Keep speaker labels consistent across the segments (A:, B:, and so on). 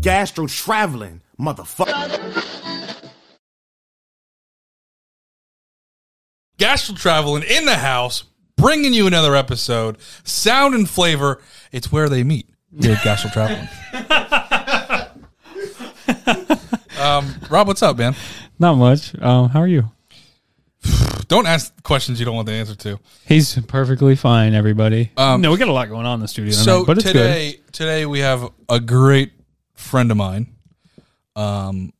A: gastro traveling, motherfucker.
B: Gastro Traveling in the house, bringing you another episode. Sound and flavor, it's where they meet. Here at Gastro Traveling. um, Rob, what's up, man?
C: Not much. Um, how are you?
B: Don't ask questions you don't want the answer to.
C: He's perfectly fine, everybody.
B: Um,
C: no, we got a lot going on in the studio tonight,
B: So
C: but it's
B: today, today we have a great friend of mine. Um,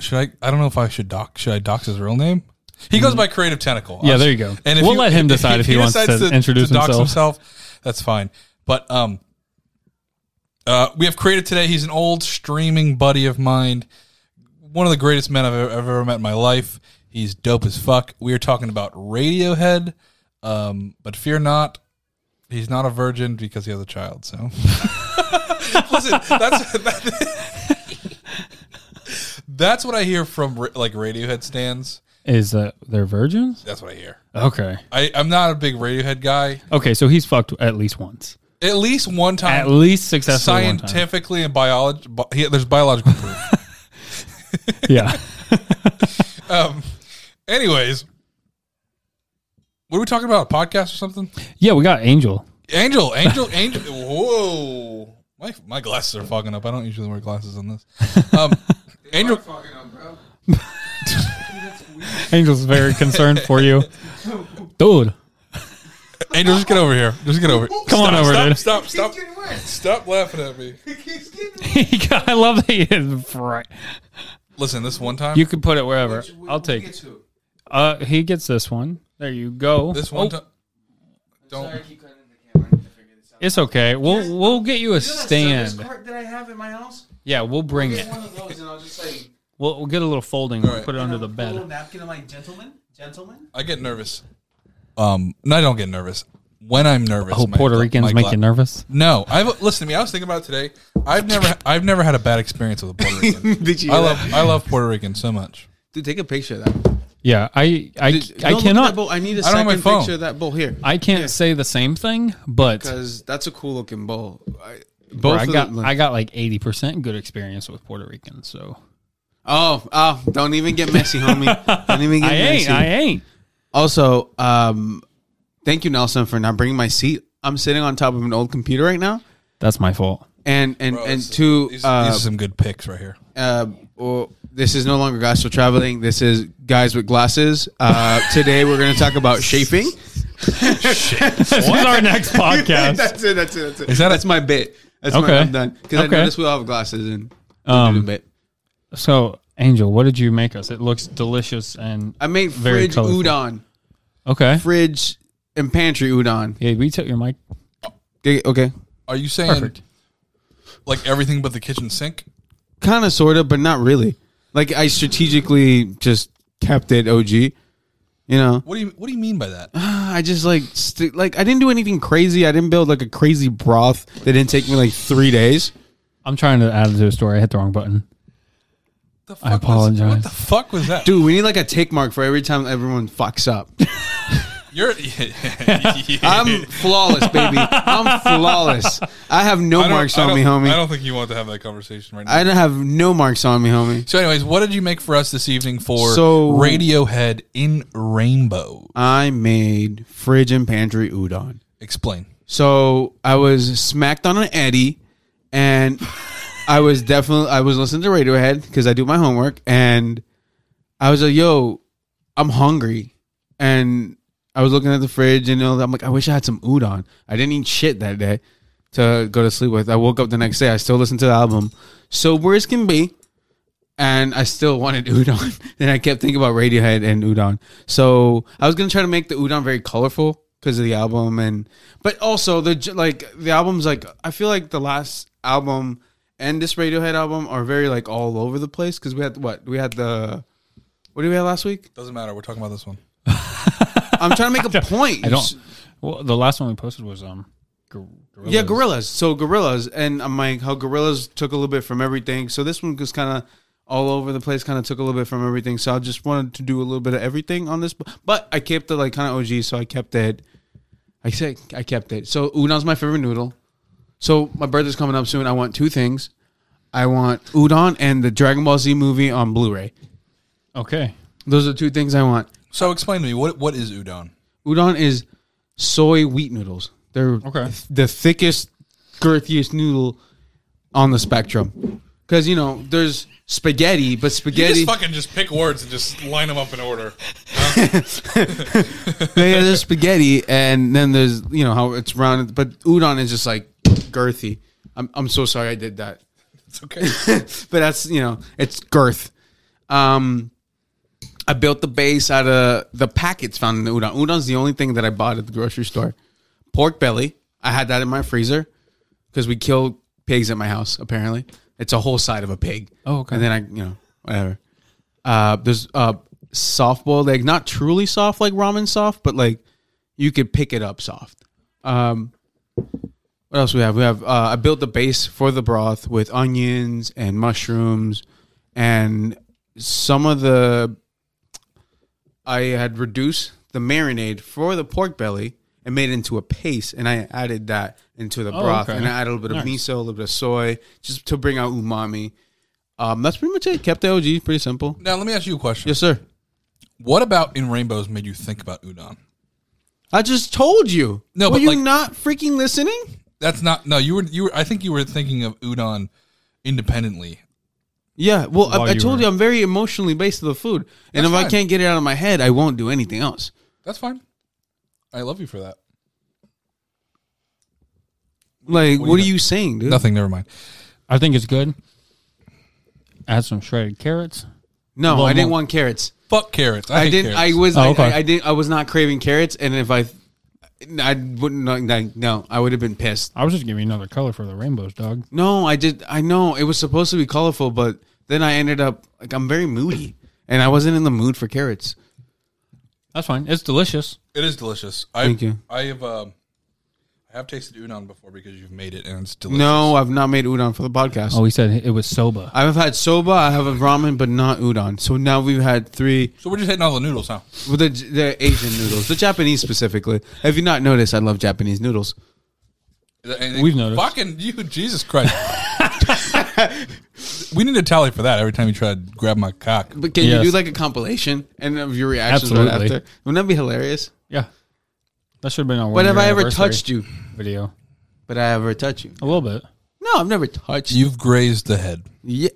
B: should I? I don't know if I should dox. Should I dox his real name? He goes by Creative Tentacle.
C: Mm. Yeah,
B: I was-
C: there you go. We'll let him decide if he wants
B: decides
C: to introduce
B: dox
C: himself.
B: himself. That's fine. But um, uh, we have Creative today. He's an old streaming buddy of mine. One of the greatest men I've ever, I've ever met in my life. He's dope as fuck. We are talking about Radiohead, um, but fear not, he's not a virgin because he has a child. So, listen, that's that's what I hear from ra- like Radiohead stands.
C: good. Is that they're virgins?
B: That's what I hear.
C: Okay.
B: I, I'm not a big Radiohead guy.
C: Okay, so he's fucked at least once.
B: At least one
C: At
B: time,
C: least successfully One
B: scientifically and biology, bi- yeah, there's biological proof.
C: time. Yeah.
B: um, anyways, what are we talking about? A podcast or something?
C: yeah, we got Angel.
B: Angel, Angel, Angel. Whoa, my my glasses are fogging up. I don't usually wear glasses on this. Um, Angel,
C: Angel's very concerned for you. Dude.
B: Angel, just get over here. Just get over. Come
C: Come on over,
B: stop,
C: dude.
B: Stop, stop,
D: He's getting worse.
B: stop laughing at me.
D: He's getting
C: I love that he right.
B: Listen, this one time,
C: You can put it wherever.
D: worse.
C: I'll
D: We'll
C: take
D: get
C: it.
D: to
C: Uh, he gets this one. There you go.
B: this one
C: Oh,
B: time. Don't.
D: Sorry, I keep cutting the camera. I need to figure this out.
C: It's okay. We'll we'll get you a
D: You know that service
C: stand.
D: cart that I have in my house?
C: Yeah, we'll bring it.
D: Get one of those and I'll just say,
C: We'll, we'll get a little folding. We'll
B: Alright.
C: put it under the
D: put A little
C: bed.
D: napkin. I'm like, gentlemen, gentlemen.
B: I get nervous. Um, no, I don't get nervous. When I'm nervous,
C: Oh,
B: my-
C: Puerto Ricans
B: my
C: make
B: gla-
C: you nervous.
B: No, I've listen to me. I was thinking about it today. I've never, I've never had a bad experience with a Puerto Rican.
D: Did you?
B: I love, I love Puerto Rican so much.
D: Dude, take a picture of that.
C: Yeah, I I, I cannot
D: I need a
B: I don't have my
D: second
B: phone.
D: picture of that bowl here
C: I can't say the same thing, but
D: because that's a cool looking bowl. I, both
C: bro, I
D: of
C: got
D: them look-
C: I got like eighty percent good experience with Puerto Ricans. So
D: oh, oh, don't even get messy, homie. Don't even get
C: I
D: messy.
C: ain't I ain't.
D: Also, um, thank you, Nelson, for not bringing my seat. I'm sitting on top of an old computer right now,
C: That's my fault.
D: and and
B: Bro,
D: and
B: this is-
D: two,
B: these,
D: uh,
B: these are some good picks right here.
D: uh, well, this is no longer guys for traveling. This is guys with glasses. Uh, today we're going to talk about shaping.
C: this is our next podcast.
D: that's it. That's it. That's it.
B: Is that a-
D: that's my bit. That's
C: Okay.
D: my, I'm done because I
C: Okay.
D: noticed we all have glasses and we
C: Um,
D: did a bit.
C: So Angel, what did you make us? It looks delicious and
D: I made
C: very
D: fridge
C: colorful.
D: udon,
C: okay.
D: fridge and pantry udon.
C: Yeah, we took your mic.
D: Dig- Okay,
B: Are you saying
C: Perfect.
B: like everything but the kitchen sink?
D: kind of, sort of, but not really. Like I strategically just kept it OG. You know,
B: What do you What do you mean by that?
D: I just like st- like I didn't do anything crazy. I didn't build like a crazy broth that didn't take me like three days.
C: I'm trying to add it to the story. I hit the wrong button.
B: The fuck
C: I apologize.
B: Was, what the fuck was that,
D: Dude, we need like a tick mark for every time everyone fucks up.
B: You're.
D: I'm flawless, baby. I'm flawless. I have no
B: I don't-
D: marks
B: I
D: on
B: don't-
D: me, homie.
B: I don't think you want to have that conversation right now.
D: I don't have no marks on me, homie.
B: so, anyways, what did you make for us this evening for
D: So-
B: Radiohead in Rainbow?
D: I made fridge and pantry udon.
B: Explain.
D: So I was smacked on an Eddie, and I was definitely I was listening to Radiohead because I do my homework, and I was like, "Yo, I'm hungry," and I was looking at the fridge, and you know, I'm like, "I wish I had some udon." I didn't eat shit that day to go to sleep with. I woke up the next day. I still listened to the album, sober as can be, and I still wanted udon. then I kept thinking about Radiohead and udon. So I was gonna try to make the udon very colorful because of the album, and but also the j- like the album's like I feel like the last album and this Radiohead album are very like all over the place because we had what we had the. What did we have last week?
B: Doesn't matter. We're talking about this one.
D: I'm trying to make a point.
C: I don't. Well, the last one we posted was um. gor- Gorillas.
D: Yeah, gorillas. So gorillas, and I'm like, how gorillas took a little bit from everything. So this one was kind of all over the place. Kind of took a little bit from everything. So I just wanted to do a little bit of everything on this, but I kept it like kind of OG. So I kept it. I say I kept it. So udon's my favorite noodle. So my birthday's coming up soon. I want two things. I want udon and the Dragon Ball Z movie on Blu-ray.
C: Okay.
D: Those are two things I want.
B: So explain to me what what is udon?
D: Udon is soy wheat noodles. They're
C: Okay.
D: the thickest, girthiest noodle on the spectrum. Because you know, there's spaghetti, but
B: You
D: spaghetti.
B: just fucking just pick words and just line them up in order.
D: yeah, there's spaghetti, and then there's you know how it's rounded, but udon is just like girthy. I'm I'm so sorry I did that,
B: It's okay.
D: but that's you know it's girth. Um, I built the base out of the packets found in the udon. Udon's the only thing that I bought at the grocery store. Pork belly, I had that in my freezer because we killed pigs at my house. Apparently, it's a whole side of a pig.
C: Oh, okay.
D: And then I you know whatever. Uh, there's uh soft boiled egg, not truly soft like ramen soft, but like you could pick it up soft. Um, what else we have? We have uh, I built the base for the broth with onions and mushrooms, and some of the I had reduced the marinade for the pork belly and made it into a paste, and I added that into
B: Oh,
D: the broth,
C: okay.
D: and I added a little bit of
C: Nice.
D: miso, a little bit of soy, just to bring out umami. Um, that's pretty much it. Kept the OG, pretty simple.
B: Now let me ask you a question.
D: Yes, sir.
B: What about in rainbows made you think about udon?
D: I just told you.
B: No,
D: were
B: but,
D: you
B: like-
D: not freaking listening?
B: That's not no. You were you were. I think you were thinking of udon independently.
D: Yeah, well,
C: While
D: I, I
C: you
D: told
C: were-
D: you I'm very emotionally based to the food, and
B: That's
D: if I
B: fine.
D: can't get it out of my head, I won't do anything else.
B: That's fine. I love you for that.
D: Like,
B: do you
D: what, are
B: think?
D: you saying, dude?
B: Nothing. Never mind.
C: I think it's good. Add some shredded carrots.
D: No,
C: Well,
D: I didn't
C: no.
D: want carrots.
B: Fuck carrots. I,
D: I
B: hate
D: didn't.
B: Carrots.
D: I was.
C: Oh,
D: I-
C: okay.
D: I, I didn't. I was not craving carrots, and if I, I wouldn't. Like, no, I would have been pissed.
C: I was just giving you another color for the rainbows, dog.
D: No, I did. I know it was supposed to be colorful, but then I ended up like I'm very moody, and I wasn't in the mood for carrots.
C: That's fine. It's delicious.
B: It is delicious. I,
D: Thank you.
B: I have um, I have tasted udon before because you've made it and it's delicious.
D: No, I've not made udon for the podcast.
C: Oh, he said it was soba.
D: I've had soba, I have a ramen, but not udon. So now we've had three
B: So we're just hitting all the noodles now.
D: Well, the, the Asian noodles, the Japanese specifically. Have you not noticed? I love Japanese noodles.
B: Is that anything-
C: We've noticed.
B: Fucking you, Jesus Christ. we need a tally for that every time you try to grab my cock.
D: But can
C: Yes.
D: you do like a compilation and of your reactions right
C: Absolutely.
D: after? Wouldn't that be hilarious?
C: Yeah. That should have been on.
D: But have I ever touched you?
C: Video.
D: But I ever touched you?
C: A little bit.
D: No, I've never touched you.
B: You've grazed the head.
D: Yeah,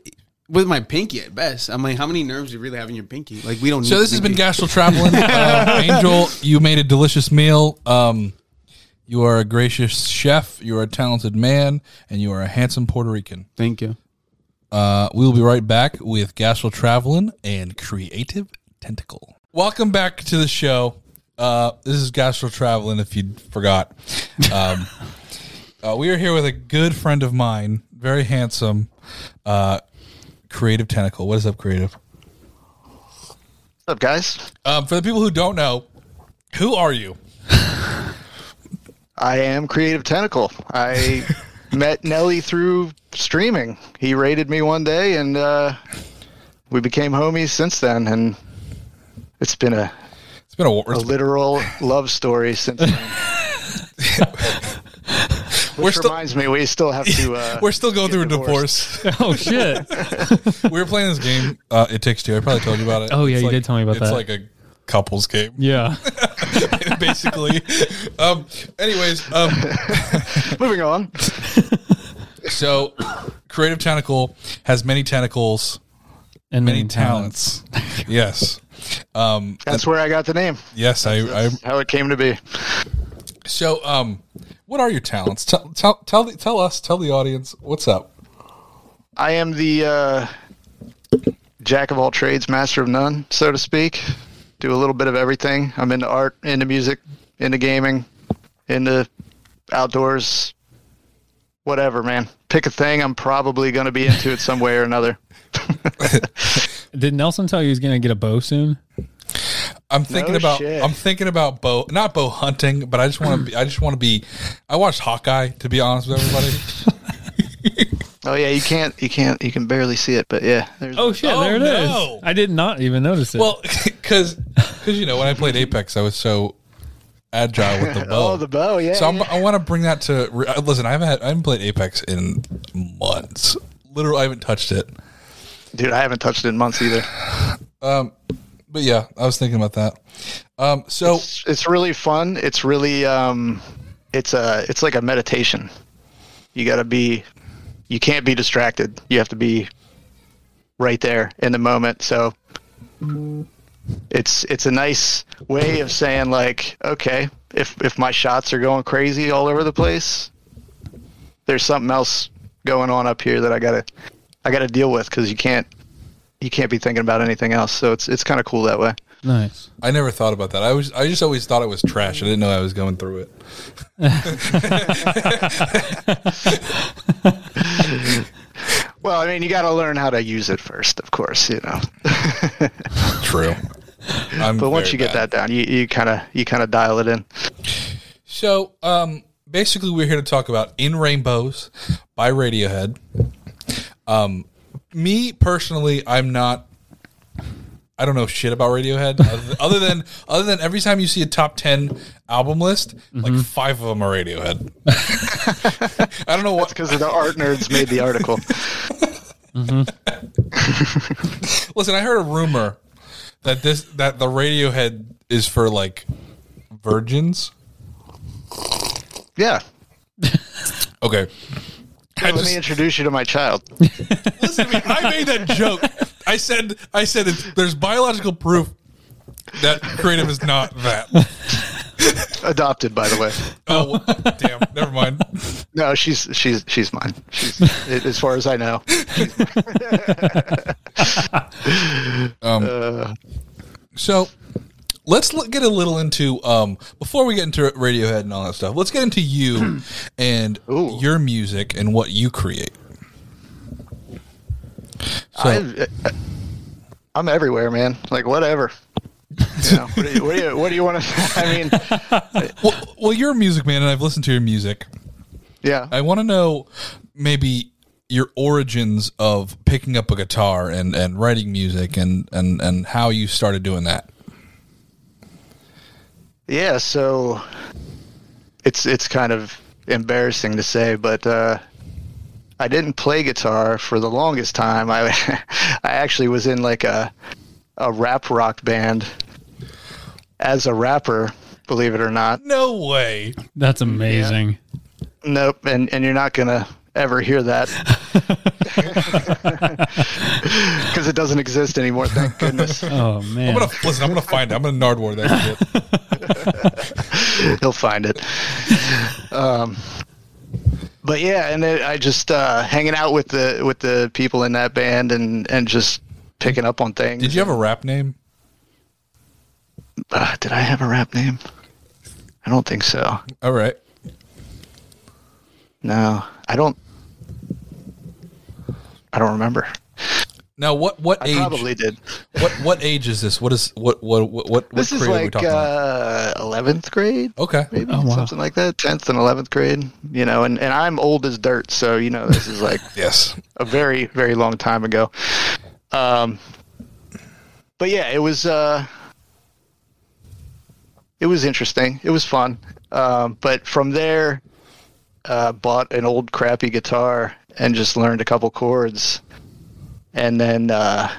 D: with my pinky at best. I'm like, how many nerves do you really have in your pinky? Like we don't.
B: So
D: need
B: this has been
D: pinky.
B: Gastro Traveling. Uh, Angel, you made a delicious meal. Um, you are a gracious chef. You are a talented man, and you are a handsome Puerto Rican.
D: Thank you.
B: Uh, we will be right back with Gastro Traveling and Creative Tentacle. Welcome back to the show. Uh, this is Gastro Traveling, if you forgot. Um, uh, we are here with a good friend of mine, very handsome, uh, Creative Tentacle. What is up, Creative?
E: What's up, guys?
B: Um, for the people who don't know, who are you?
E: I am Creative Tentacle. I met Nelly through streaming. He rated me one day, and uh, we became homies since then. And it's been a,
B: It's been a war.
E: a literal love story since. Then.
B: We're
E: Which
B: still
E: reminds me, we still have to. Uh,
B: we're still going
E: get
B: through a
E: divorced.
B: divorce.
C: Oh shit.
B: we were playing this game. Uh, it takes two. I probably told you about it.
C: Oh, yeah,
B: It's
C: you did tell me about
B: it's
C: that.
B: It's like a couples game.
C: yeah.
B: basically. um, anyways, um,
E: Moving on.
B: so Creative Tentacle has many tentacles,
C: And
B: many talents. yes. Um,
E: That's where I got the name.
B: yes, I, I.
E: How it came to be.
B: So, um, what are your talents? Tell, tell, tell, the, tell us, tell the audience what's up.
E: I am the uh, jack of all trades, master of none, so to speak. Do a little bit of everything. I'm into art, into music, into gaming, into outdoors, whatever, man. Pick a thing I'm probably going to be into it some way or another.
C: Did Nelson tell you he's gonna get a bow soon?
B: I'm thinking
E: No
B: about
E: shit.
B: I'm thinking about bow not bow hunting, but I just want to be I just want to be I watched Hawkeye to be honest with everybody.
E: Oh yeah, you can't, you can't, you can barely see it, but yeah. There's,
C: Oh shit!
B: Oh,
C: there it is.
B: no.
C: I did not even notice it.
B: Well, because you know when I played Apex, I was so agile with the bow.
E: Oh, the bow, yeah.
B: So I'm,
E: yeah.
B: I want to bring that to re- uh, listen. I haven't had, I haven't played Apex in months. Literally, I haven't touched it.
E: Dude, I haven't touched it in months either.
B: But yeah, I was thinking about that. Um, so
E: It's, it's really fun. It's really um, it's a it's like a meditation. You got to be, you can't be distracted. You have to be right there in the moment. So it's it's a nice way of saying like, okay, if if my shots are going crazy all over the place, there's something else going on up here that I gotta I gotta deal with because you can't you can't be thinking about anything else. So it's it's kind of cool that way.
C: Nice.
B: I never thought about that. I was I just always thought it was trash. I didn't know I was going through it.
E: Well, I mean, you got to learn how to use it first, of course, you know.
B: True. I'm
E: But once
B: very
E: you get
B: bad.
E: that down, you you kind of you kind of dial it in.
B: So, um, basically, we're here to talk about "In Rainbows" by Radiohead. Um, me personally, I'm not. I don't know shit about Radiohead other- other than other than every time you see a top ten album list, like five of them are Radiohead. I don't know what.
E: Because the art nerds made the article.
B: Listen, I heard a rumor that this that the Radiohead is for like virgins.
E: Yeah.
B: Okay, I
E: Let me
B: just-
E: introduce you to my child.
B: Listen to me. I made that joke. I said, I said, it's, there's biological proof that creative is not that.
E: Adopted, by the way.
B: Oh, well, damn. Never mind.
E: No, she's she's she's mine. She's as far as I know.
B: So let's look, get a little into um, before we get into Radiohead and all that stuff. Let's get into you and
E: Ooh.
B: your music and what you create. So
E: I've, I'm everywhere, man. Like whatever. You know, what do you what do you, what do you want to? I mean,
B: well, well, you're a music man, and I've listened to your music.
E: yeah.
B: I want to know maybe your origins of picking up a guitar and, and writing music and, and, and how you started doing that.
E: Yeah, so it's it's kind of embarrassing to say, but uh, I didn't play guitar for the longest time. I I actually was in like a a rap rock band as a rapper, believe it or not.
B: No way.
C: That's amazing.
E: Nope, and and you're not gonna ever hear that because it doesn't exist anymore. Thank goodness.
C: Oh man.
B: I'm gonna listen. I'm gonna find it. I'm gonna nardwar that shit.
E: he'll find it. Um, but yeah, and it, I just uh, hanging out with the with the people in that band and and just picking up on things.
B: Did you have a rap name?
E: Uh, did I have a rap name? I don't think so.
B: All right.
E: No, I don't. I don't remember.
B: Now what? What
E: I
B: age?
E: probably did.
B: What what age is this? What is what what what what?
E: This
B: what
E: is
B: grade are we
E: like uh,
B: talking about?
E: eleventh grade.
B: Okay.
E: Maybe
C: Oh, wow.
E: something like that, tenth and eleventh grade, you know, and, and I'm old as dirt, so you know this is like
B: Yes.
E: a very very long time ago um but yeah it was uh it was interesting it was fun um but from there uh bought an old crappy guitar and just learned a couple chords and then uh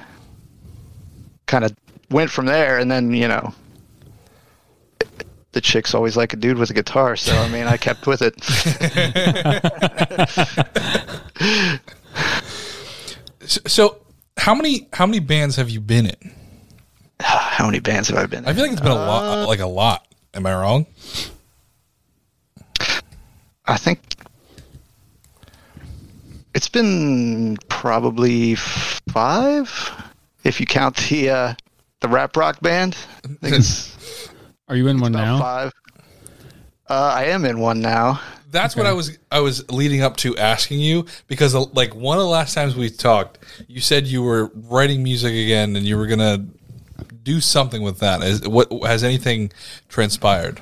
E: kind of went from there and then you know the chicks always like a dude with a guitar so i mean i kept with it
B: So, so how many how many bands have you been in?
E: how many bands have i been in?
B: I feel like it's been a lot. Like a lot. Am I wrong?
E: I think it's been probably five, if you count the uh, the rap rock band. I think it's
C: Are you in one
E: about
C: now?
E: five. Uh, I am in one now.
B: That's what I was I was leading up to asking you because uh, like one of the last times we talked, you said you were writing music again and you were gonna do something with that. Is what has anything transpired?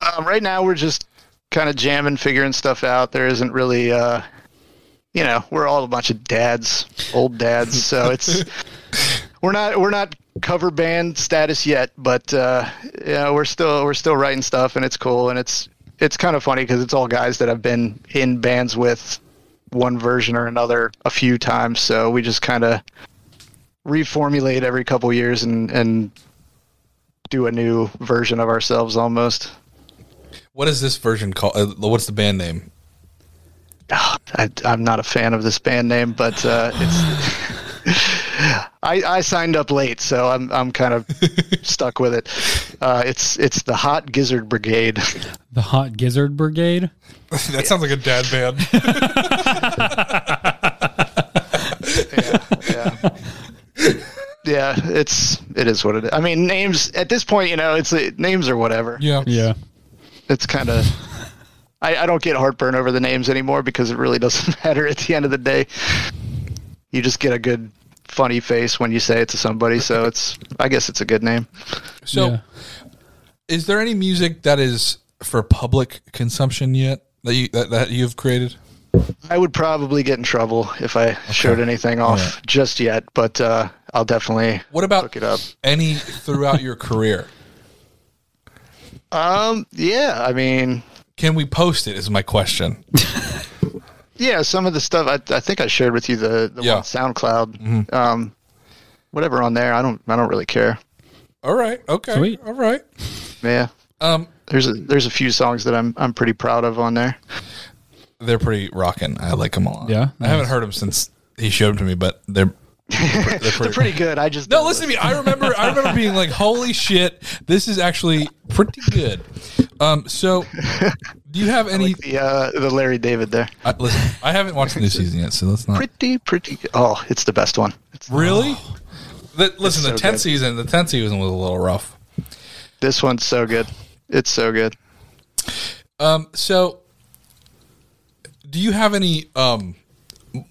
E: Um, right now, we're just kind of jamming, figuring stuff out. There isn't really, uh, you know, we're all a bunch of dads, old dads, so it's we're not we're not cover band status yet, but uh, yeah, we're still we're still writing stuff, and it's cool, and it's it's kind of funny because it's all guys that have been in bands with one version or another a few times, so we just kind of reformulate every couple years and and do a new version of ourselves almost.
B: What is this version called? Uh, what's the band name?
E: I, I'm not a fan of this band name, but uh, it's. I, I signed up late, so I'm I'm kind of stuck with it. Uh, it's it's the Hot Gizzard Brigade.
C: The Hot Gizzard Brigade.
B: that sounds like a dad band.
E: Yeah, it's it is what it is. I mean, names at this point, you know, it's uh, names or whatever.
B: yeah.
C: Yeah.
E: It's kind of. I, I don't get heartburn over the names anymore because it really doesn't matter at the end of the day. You just get a good funny face when you say it to somebody, so it's I guess it's a good name.
B: So,
C: Yeah.
B: is there any music that is for public consumption yet that you that, that you've created?
E: I would probably get in trouble if I showed anything off
B: Alright.
E: just yet, but uh, I'll definitely.
B: What about
E: Look it up.
B: any throughout your career?
E: Um. Yeah. I mean.
B: Can we post it? Is my question.
E: Yeah. Some of the stuff I, I think I shared with you the the
B: Yeah. Mm-hmm.
E: one SoundCloud. Um. Whatever on there, I don't I don't really care.
B: All right. Okay.
C: Sweet.
B: All right.
E: Yeah.
B: Um,
E: There's a there's a few songs that I'm I'm pretty proud of on there.
B: they're pretty rocking. I like them a lot.
C: Yeah?
B: I haven't heard them since he showed them to me, but they're they're pretty.
E: They're pretty good. I just
B: No,
E: don't
B: listen to me. I remember. I remember being like, "Holy shit, this is actually pretty good." Um, so, do you have any?
E: listen. The uh, the Larry David there.
B: I, listen, I haven't watched the new season yet, so let's not.
E: Pretty pretty. good. Oh, it's the best one. It's,
B: Really? The, listen, the
E: so
B: tenth
E: good.
B: season, the tenth season was a little rough.
E: this one's so good. It's so good.
B: Um, so, do you have any? Um,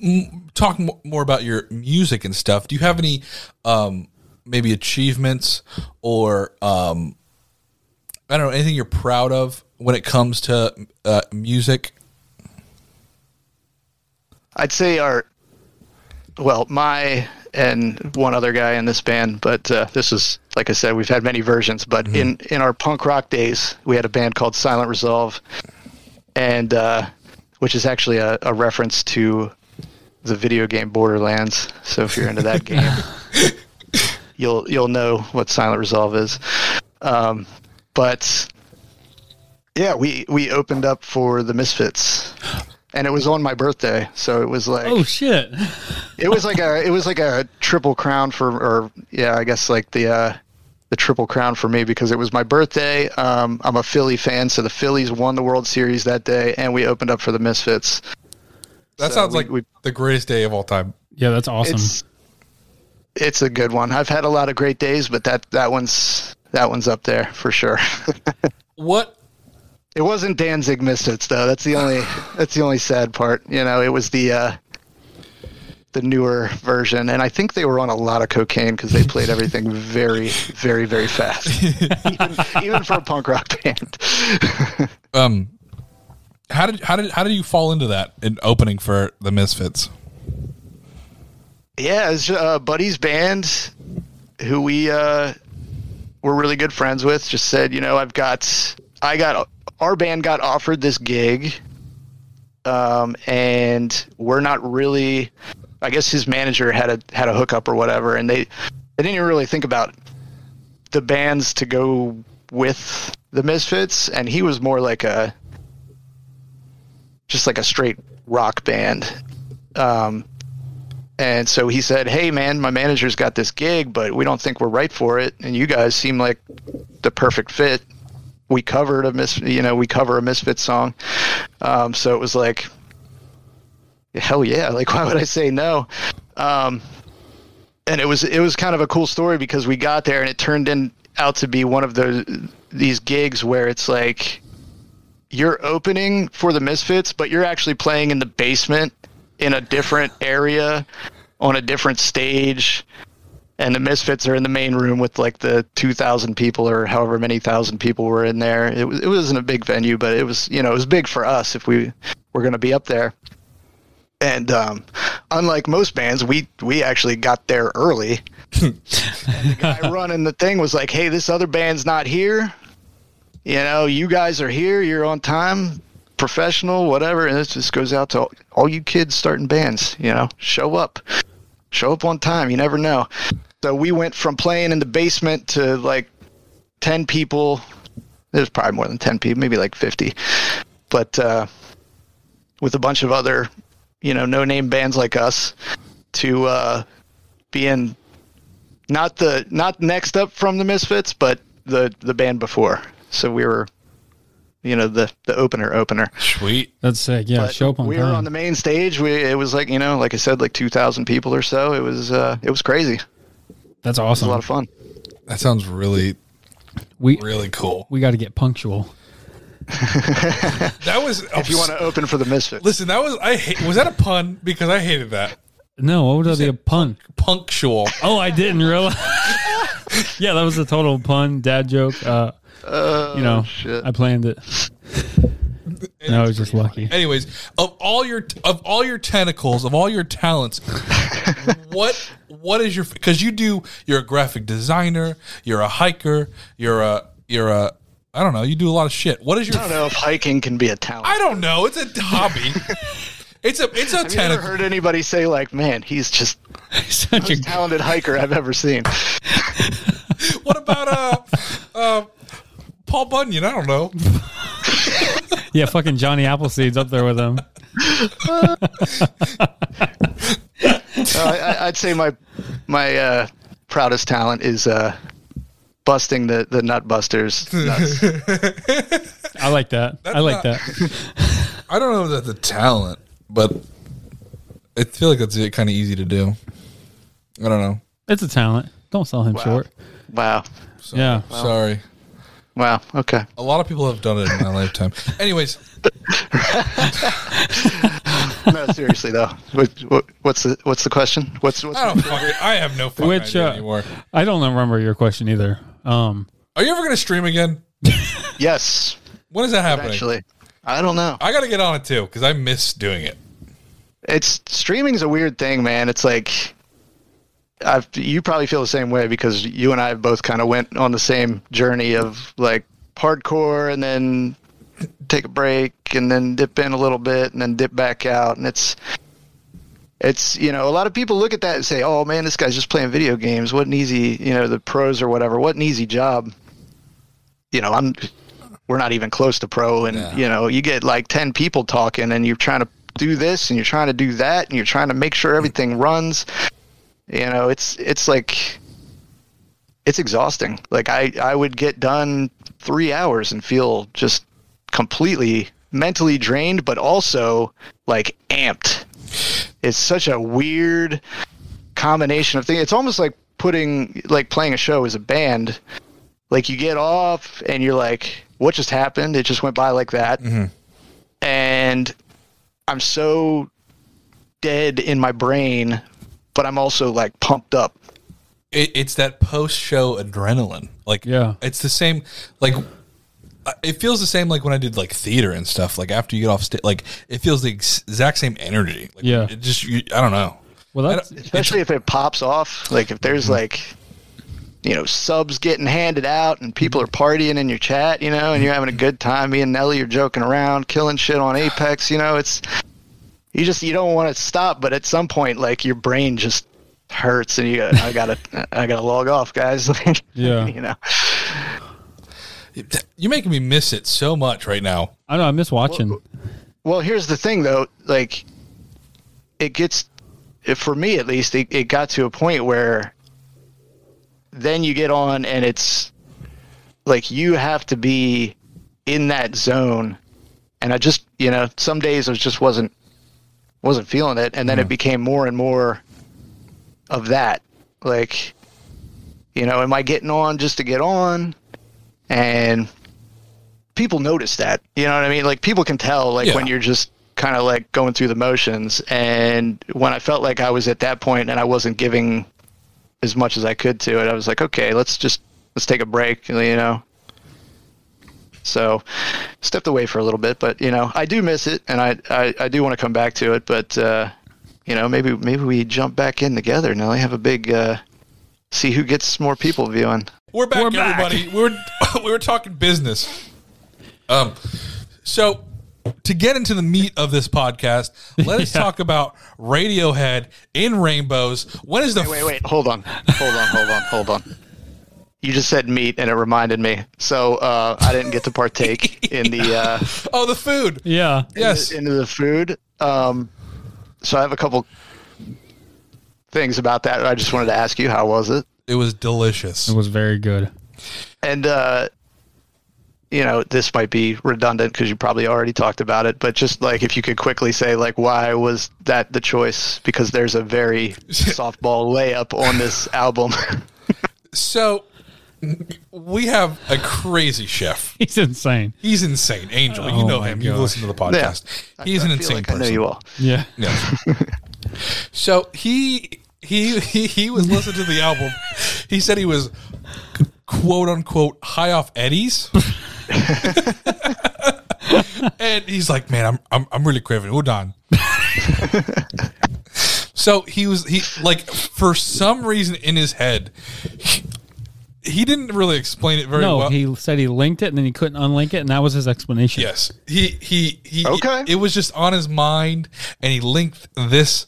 B: m- talk m- more about your music and stuff. Do you have any? Um, maybe achievements or um, I don't know anything you're proud of when it comes to uh, music.
E: I'd say our well, my and one other guy in this band, but uh, this is like I said, we've had many versions. But in in our punk rock days, we had a band called Silent Resolve, and uh, which is actually a, a reference to the video game Borderlands. So if you're into that game, you'll you'll know what Silent Resolve is. Um, but yeah, we we opened up for the Misfits. And it was on my birthday, so it was like
C: Oh shit.
E: it was like a it was like a triple crown for or yeah i guess like the uh the triple crown for me because it was my birthday um i'm a philly fan so the phillies won the world series that day and we opened up for the misfits
B: That
E: So
B: sounds
E: we-
B: like
E: we-
B: the greatest day of all time.
C: Yeah, that's awesome.
E: it's it's a good one i've had a lot of great days but that that one's that one's up there for sure
B: What?
E: it wasn't danzig misfits though that's the only that's the only sad part you know it was the uh the newer version and i think they were on a lot of cocaine because they played everything very very very fast even, even for a punk rock band
B: Um, how did how did how did you fall into that in opening for the Misfits?
E: yeah it's uh buddy's band who we uh were really good friends with just said you know i've got i got our band got offered this gig um and we're not really i guess his manager had a had a hookup or whatever and they they didn't even really think about the bands to go with the misfits and he was more like a just like a straight rock band um and so he said, "Hey, man, my manager's got this gig, but we don't think we're right for it. And you guys seem like the perfect fit. We covered a mis, you know, we cover a misfit song. Um, so it was like, hell yeah! Like, why would I say no? Um, and it was it was kind of a cool story because we got there and it turned in out to be one of those these gigs where it's like you're opening for the Misfits, but you're actually playing in the basement in a different area on a different stage. And the Misfits are in the main room with like the 2,000 people or however many thousand people were in there. It, was, it wasn't a big venue, but it was, you know, it was big for us if we were going to be up there. And um, unlike most bands, we we actually got there early. and the guy running the thing was like, "Hey, this other band's not here. You know, you guys are here. You're on time, professional, whatever." And this just goes out to all, all you kids starting bands. You know, show up, show up on time. You never know. So we went from playing in the basement to like ten people. There's probably more than ten people, maybe like fifty, but. uh with a bunch of other, you know, no name bands like us to uh, be in not the not next up from the Misfits, but the the band before. So we were, you know, the the opener opener.
B: Sweet.
C: That's sick. Yeah,
E: But
C: show up on
E: we were
C: time.
E: on the main stage. We it was like you know, like I said, like two thousand people or so. It was uh, it was crazy. It
C: That's
E: was
C: awesome.
E: a lot of fun.
B: That sounds really,
C: we
B: really cool.
C: we got to get punctual.
B: That was.
E: If you want to open for the Misfits,
B: listen, that was. I hate, was that a pun because I hated that
C: No, what was the pun?
B: punctual.
C: Oh, I didn't realize. yeah, that was a total pun, dad joke. Uh, you know,
E: Oh, shit.
C: I planned it. no, I was just lucky.
B: Anyways, of all your of all your tentacles, of all your talents, what what is your because you do you're a graphic designer, you're a hiker, you're a you're a I don't know, you do a lot of shit. What is your
E: I don't know if hiking can be a talent.
B: I don't know, it's a hobby. it's a it's a
E: Have you ever
B: tentacle.
E: heard anybody say like, "Man, he's just
C: Such a
E: talented hiker I've ever seen"?
B: What about uh uh Paul Bunyan, I don't know.
C: yeah, fucking Johnny Appleseed's up there with him.
E: Uh, I, I'd say my my uh, proudest talent is uh, busting the the nut busters. nuts.
C: I like that. I
B: not-
C: like that.
B: I don't know if that's a talent, but I feel like that's kind of easy to do. I don't know.
C: It's a talent. Don't sell him short.
E: wow,
C: Yeah.
B: Sorry.
E: wow, okay.
B: A lot of people have done it in my lifetime. Anyways,
E: No, seriously though, what, what, what's the what's the question? What's what's
B: I don't fucking. I have no fucking
C: Which,
B: idea
C: uh,
B: anymore.
C: I don't remember your question either. Um,
B: Are you ever going to stream again?
E: yes?
B: When is that happening?
E: Actually, I don't know.
B: I got to get on it too because I miss doing it.
E: It's streaming's a weird thing, man. It's like. I've, you probably feel the same way because you and I both kind of went on the same journey of like hardcore and then take a break and then dip in a little bit and then dip back out and it's it's you know a lot of people look at that and say oh man this guy's just playing video games what an easy you know the pros or whatever what an easy job you know i'm we're not even close to pro and
B: Yeah.
E: you know you get like 10 people talking and you're trying to do this and you're trying to do that and you're trying to make sure everything runs you know it's it's like it's exhausting like i i would get done 3 hours and feel just completely mentally drained but also like amped it's such a weird combination of things it's almost like putting like playing a show as a band like you get off and you're like what just happened it just went by like that and i'm so dead in my brain but i'm also like pumped up
B: it it's that post show adrenaline. Like
C: Yeah.
B: it's the same. Like I- it feels the same. Like when I did like theater and stuff. Like after you get off stage, like it feels the ex- exact same energy. Like,
C: Yeah.
B: It just you, I don't know.
C: well,
B: I
C: that's
B: don't-
E: especially if it pops off like if there's like you know subs getting handed out and people are partying in your chat you know and you're having a good time me and nelly are joking around killing shit on apex you know it's you just you don't want to stop but at some point like your brain just hurts and you got i gotta i gotta log off guys like
C: Yeah.
E: you know
B: you're making me miss it so much right now.
C: I know I miss watching.
E: Well, here's the thing, though. Like, it gets, if- for me at least, it, it got to a point where then you get on and it's like you have to be in that zone. And I just, you know, some days I just wasn't wasn't feeling it, and then it became more and more of that. Like, you know, am I getting on just to get on? And people notice that. You know what I mean? Like people can tell like
B: Yeah.
E: when you're just kind of like going through the motions and when I felt like I was at that point and I wasn't giving as much as I could to it, I was like, okay, let's just let's take a break, you know. So stepped away for a little bit, but you know, I do miss it and I I, I do want to come back to it, but uh you know, maybe maybe we jump back in together. Now they have a big uh, see who gets more people viewing.
B: We're back,
C: We're back.
B: everybody. We were we were talking business. Um, so to get into the meat of this podcast, let us talk about Radiohead in Rainbows. When is the
E: Wait, wait, hold on, hold on, hold on, hold on. You just said meat, and it reminded me. So uh, I didn't get to partake in the uh,
B: f- oh the food?
C: Yeah.
B: Yes,
E: into the food. Um, so I have a couple things about that. I just wanted to ask you, how was it?
B: it was delicious.
C: It was very good.
E: And uh, you know, this might be redundant because you probably already talked about it, but just like if you could quickly say, like, why was that the choice? Because there's a very softball layup on this album.
B: So we have a crazy chef.
C: He's insane.
B: He's insane, Angel. you
C: Oh
B: know
C: my
B: him. You
C: gosh.
B: listen to the podcast. He's
E: I
B: an
E: feel
B: insane
E: like I
B: person.
E: know you all.
C: Yeah.
B: Yeah. so he he he he was listening to the album. He said he was quote unquote high off eddies. and he's like, "Man, I'm I'm I'm really craving udon." so he was he like for some reason in his head he, he didn't really explain it very
C: No,
B: well.
C: he said he linked it and then he couldn't unlink it, and that was his explanation.
B: Yes, he he he.
E: Okay.
B: it was just on his mind, and he linked this.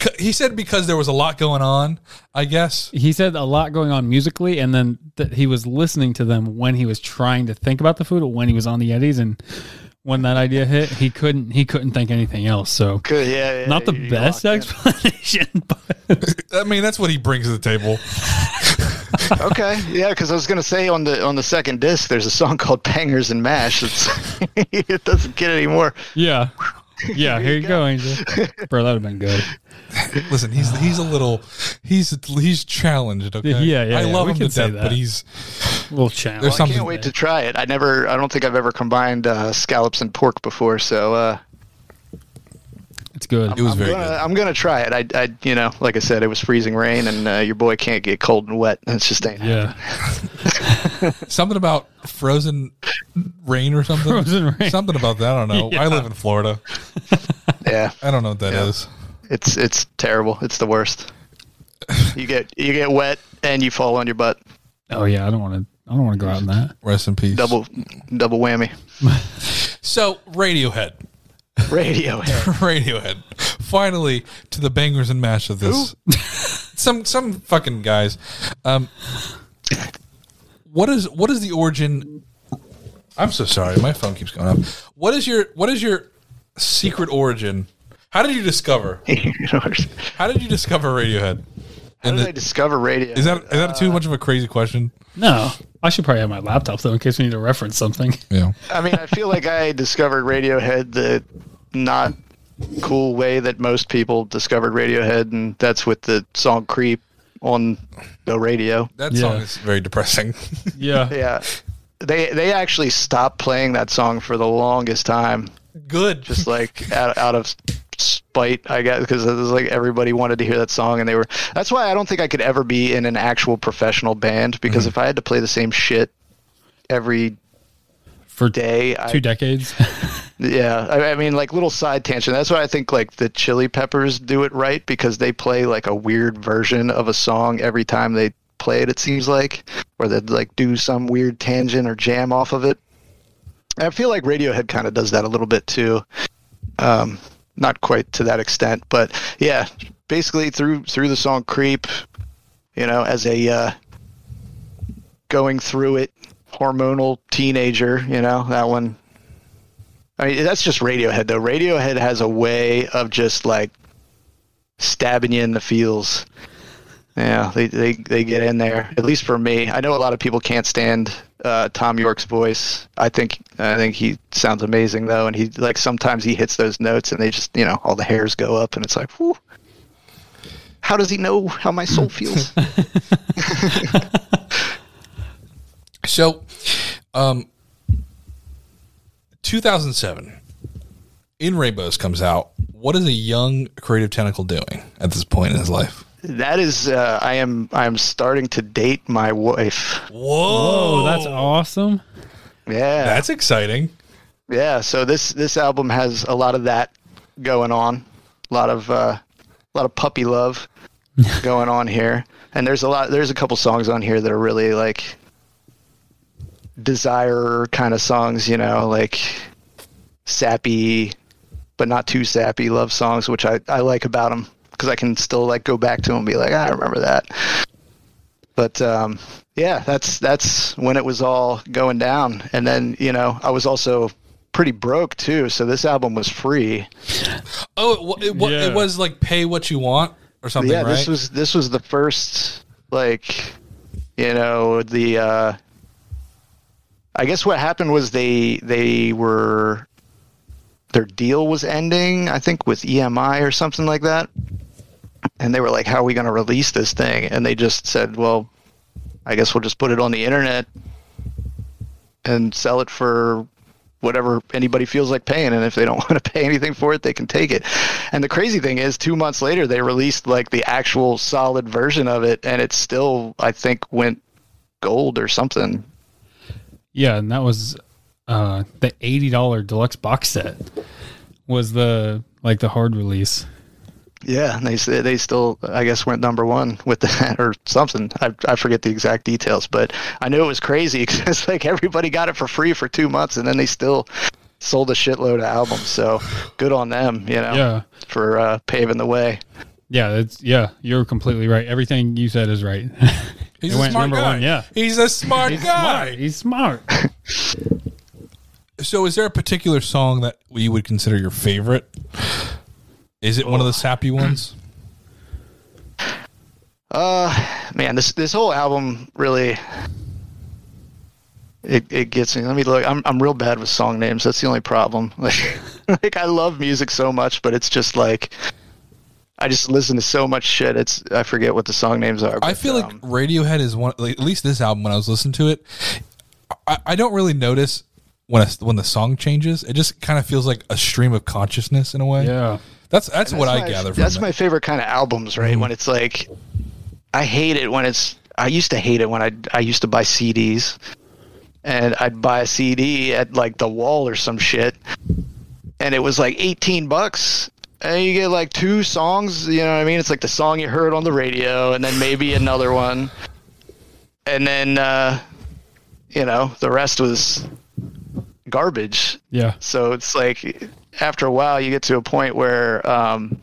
B: c- He said because there was a lot going on. I guess
C: He said a lot going on musically, and then that he was listening to them when he was trying to think about the food, or when he was on the Eddies, and when that idea hit, he couldn't he couldn't think anything else. So
E: Good, yeah, yeah,
C: not the
E: you- you
C: best
E: locked in.
C: explanation, but
B: I mean that's what he brings to the table.
E: okay, yeah, because I was gonna say on the on the second disc, there's a song called "Bangers and Mash." It's, it doesn't get any more.
C: yeah, yeah. Here you go, Angel, bro. That would have been good.
B: Listen, he's he's a little he's he's challenged. Okay,
C: Yeah, yeah,
B: I
C: yeah,
B: love
C: we
B: him
C: can
B: to
C: say
B: death, but
C: that.
B: he's
C: little challenge.
B: There's
E: I
B: Something
E: can't wait to try it. I never, I don't think I've ever combined uh, scallops and pork before, so uh,
C: It's good.
B: it was
E: I'm
B: very
E: gonna,
B: good.
E: I'm gonna try it. I, I, you know, like I said, it was freezing rain, and uh, your boy can't get cold and wet. And it's just ain't.
C: yeah,
B: Something about frozen rain or something.
C: Frozen rain.
B: Something about that. I don't know.
C: Yeah.
B: I live in Florida.
E: yeah,
B: I don't know what that is.
E: it's it's terrible. It's the worst. You get you get wet and you fall on your butt.
C: Oh yeah, I don't want to. I don't want to go out in that.
B: Rest in peace.
E: Double double whammy.
B: So Radiohead.
E: Radio.
B: Radiohead. Finally, to the bangers and mash of this. some some fucking guys. Um, what is what is the origin? I'm so sorry, my phone keeps going up. What is your what is your secret origin? How did you discover? How did you discover Radiohead?
E: How
B: And
E: did
B: the-
E: I Uh, discover radio?
B: is that is that too much of a crazy question?
C: No, I should probably have my laptop though in case we need to reference something.
B: Yeah.
E: I mean, I feel like I discovered Radiohead the not cool way that most people discovered Radiohead, and that's with the song "Creep" on the radio.
B: That
C: Yeah.
B: song is very depressing.
C: Yeah,
E: Yeah, they they actually stopped playing that song for the longest time,
B: Good.
E: just like out, out of spite, I guess, because it was like everybody wanted to hear that song, and they were. That's why I don't think I could ever be in an actual professional band because
B: Mm-hmm.
E: if I had to play the same shit every
C: for
E: day, I
C: two decades.
E: Yeah, I, I mean, like little side tangent. That's why I think like the Chili Peppers do it right because they play like a weird version of a song every time they play it. It seems like, or they like do some weird tangent or jam off of it. I feel like Radiohead kind of does that a little bit too. Um, not quite to that extent, but yeah, basically through through the song "Creep," you know, as a uh, going through it hormonal teenager, you know, that one I mean, that's just Radiohead, though. Radiohead has a way of just like stabbing you in the feels. Yeah, they, they, they get in there. At least for me, I know a lot of people can't stand uh, Tom York's voice. I think I think he sounds amazing though, and he like sometimes he hits those notes and they just you know all the hairs go up and it's like, whew. How does he know how my soul feels?
B: So, um, 2007, In Rainbows comes out. What is a young creative tentacle doing at this point in his life?
E: that is, uh, I am I am starting to date my wife.
B: Whoa,
C: Oh, that's awesome.
E: Yeah,
B: that's exciting.
E: Yeah, so this this album has a lot of that going on. a lot of uh, a lot of puppy love going on here, and there's a lot. There's a couple songs on here that are really like desire kind of songs, you know, like sappy, but not too sappy love songs, which I, I like about them because I can still like go back to them and be like, "Ah, I remember that. But um, yeah, that's that's when it was all going down, and then you know I was also pretty broke too, so this album was free.
B: Oh, it, wa- it, wa-
C: Yeah.
B: it was like pay what you want or something,
E: yeah,
B: right?
E: this was this was the first like you know the uh I guess what happened was they they were their deal was ending, I think with EMI or something like that. And they were like, "How are we going to release this thing?" And they just said, "Well, I guess we'll just put it on the internet and sell it for whatever anybody feels like paying and if they don't want to pay anything for it they can take it and the crazy thing is two months later they released like the actual solid version of it and it still i think went gold or something
C: Yeah, and that was uh the eighty dollar deluxe box set was the like the hard release.
E: yeah and they s- they still i guess went number one with that or something i, I forget the exact details but i knew it was crazy because like everybody got it for free for two months and then they still sold a shitload of albums so good on them you
B: Oh.
E: know
C: Yeah.
E: for uh, paving the way
C: Yeah, that's yeah, you're completely right. Everything you said is right.
B: He's
C: It
B: a
C: went
B: smart
C: number
B: guy.
C: one, yeah.
B: He's a smart guy.
C: He's smart.
B: So, is there a particular song that you would consider your favorite? Is it one of the sappy ones?
E: man, this this whole album really it, it gets me. Let me look. I'm I'm real bad with song names. That's the only problem. Like like I love music so much, but it's just like I just listen to so much shit. It's I forget what the song names are.
B: I
E: but,
B: feel like
E: um,
B: Radiohead is one. Like, at least this album, when I was listening to it, I, I don't really notice when a, when the song changes. It just kind of feels like a stream of consciousness in a way.
C: Yeah.
B: that's that's what I
E: my-
B: gather. From Mm-hmm.
E: That's
B: it.
E: my favorite kind of albums, right? When it's like, I hate it when it's. I used to hate it when I I used to buy CDs, and I'd buy a CD at like the wall or some shit, and it was like eighteen bucks. And you get like two songs, you know what I mean? It's like the song you heard on the radio, and then maybe another one, and then uh, you know the rest was garbage.
C: Yeah.
E: So it's like after a while, you get to a point where um,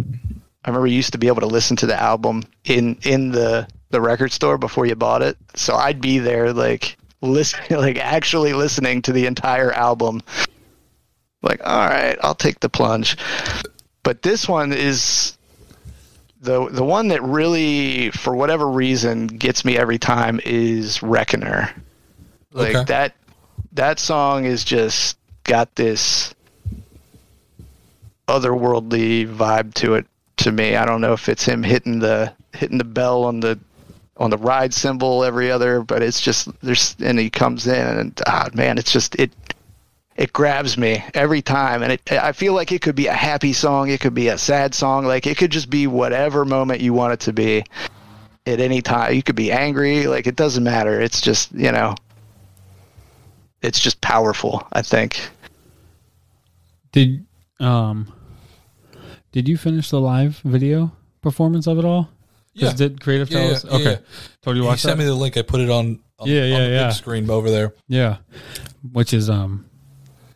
E: I remember you used to be able to listen to the album in in the the record store before you bought it. So I'd be there like listening, like actually listening to the entire album. Like, all right, I'll take the plunge. But this one is the the one that really, for whatever reason, gets me every time is Reckoner. Like
B: Okay.
E: that that song is just got this otherworldly vibe to it to me. I don't know if it's him hitting the hitting the bell on the on the ride cymbal every other, but it's just there's and he comes in and ah man, it's just it it grabs me every time and it I feel like it could be a happy song, it could be a sad song, like it could just be whatever moment you want it to be at any time. You could be angry, like it doesn't matter. It's just, you know, it's just powerful, I think.
C: Did um did you finish the live video performance of it all? 'Cause
B: Yeah.
C: Did creative
B: Yeah,
C: tell
B: yeah,
C: us?
B: yeah,
C: okay.
B: yeah.
C: Told you
B: You
C: watch
B: sent
C: that?
B: me the link. I put it on. on
C: Yeah, yeah,
B: on the
C: yeah.
B: Big screen over there.
C: Yeah, which is um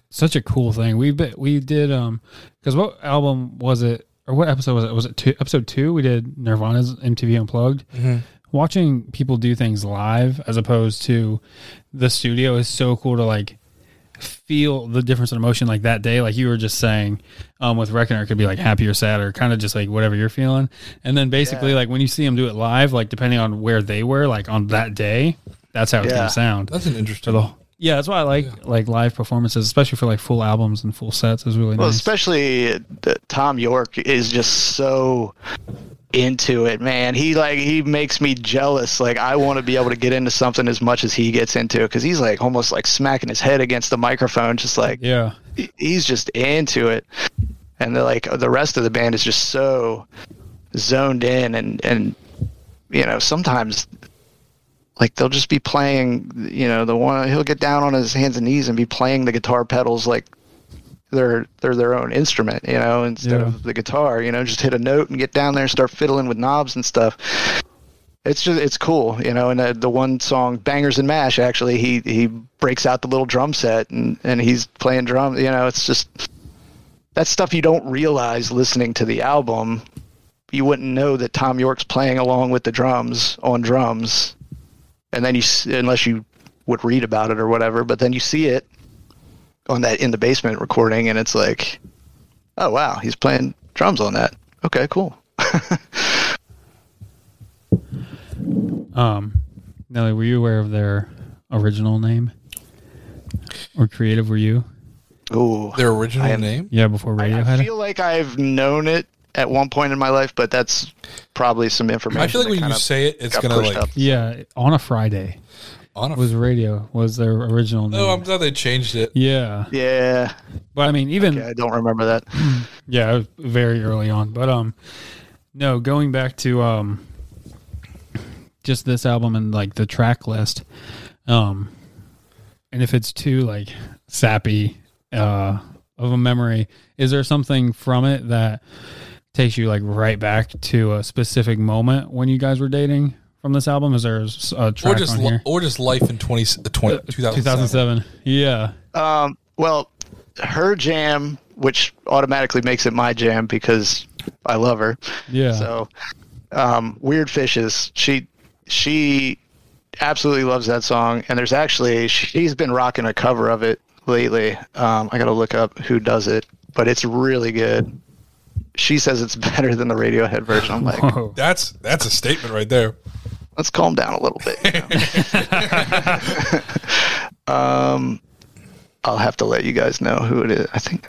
C: such a cool thing. We bit we did um because what album was it or what episode was it? Was it two, episode two? We did Nirvana's MTV Unplugged. Watching people do things live as opposed to the studio is so cool to like feel the difference in emotion like that day like you were just saying um with reckoner it could be like happy or sad or kind of just like whatever you're feeling and then basically like when you see them do it live like depending on where they were like on that day that's how it's
E: Yeah.
C: gonna sound
B: That's an
C: for
B: interesting.
C: the yeah that's why i like like live performances especially for like full albums and full sets is really
E: Well,
C: nice
E: especially the, Tom York is just so into it, man. He like he makes me jealous. Like I want to be able to get into something as much as he gets into because he's like almost like smacking his head against the microphone, just like
C: yeah
E: he's just into it and the, like the rest of the band is just so zoned in and and you know sometimes like they'll just be playing you know the one he'll get down on his hands and knees and be playing the guitar pedals like they're they're their own instrument, you know, instead
C: Yeah.
E: of the guitar. You know, just hit a note and get down there and start fiddling with knobs and stuff. It's just it's cool, you know. And uh, the one song "Bangers and Mash" actually, he he breaks out the little drum set and and he's playing drum. You know, it's just that's stuff you don't realize listening to the album. You wouldn't know that Tom York's playing along with the drums on drums, and then you s- unless you would read about it or whatever. But then you see it on that in the basement recording, and it's like, oh wow, he's playing drums on that. Okay, cool.
C: Um, Nelly, were you aware of their original name or creative? Were you?
E: Ooh,
B: Their original
E: I am-
B: name?
C: Yeah, before Radiohead.
E: I feel like I've known it at one point in my life, but that's probably some information.
B: I feel like
E: that
B: when you
E: kinda
B: say it, it's
E: got
B: gonna
E: pushed
B: like
E: up.
C: yeah, on a Friday
B: on a.
C: was radio was their original name.
B: oh, I'm glad they changed it.
C: yeah,
E: Yeah,
C: but I mean, even
E: yeah, I don't remember that.
C: Yeah, it was very early on. But um no, going back to um just this album and like the track list. Um and if it's too like sappy uh of a memory, is there something from it that takes you like right back to a specific moment when you guys were dating from this album? Is there a s- a track
B: Or just
C: on
B: li-
C: here?
B: or just life in 20, uh, 20 2007.
C: 2007. Yeah.
E: Um, well, her jam, which automatically makes it my jam because I love her.
C: Yeah.
E: So, um, Weird Fishes. She she absolutely loves that song, and there's actually she's been rocking a cover of it lately. Um, I gotta look up who does it, but it's really good. She says it's better than the Radiohead version. I'm like,
C: Whoa.
B: That's that's a statement right there.
E: let's calm down a little bit. you know? um, I'll have to let you guys know who it is. I think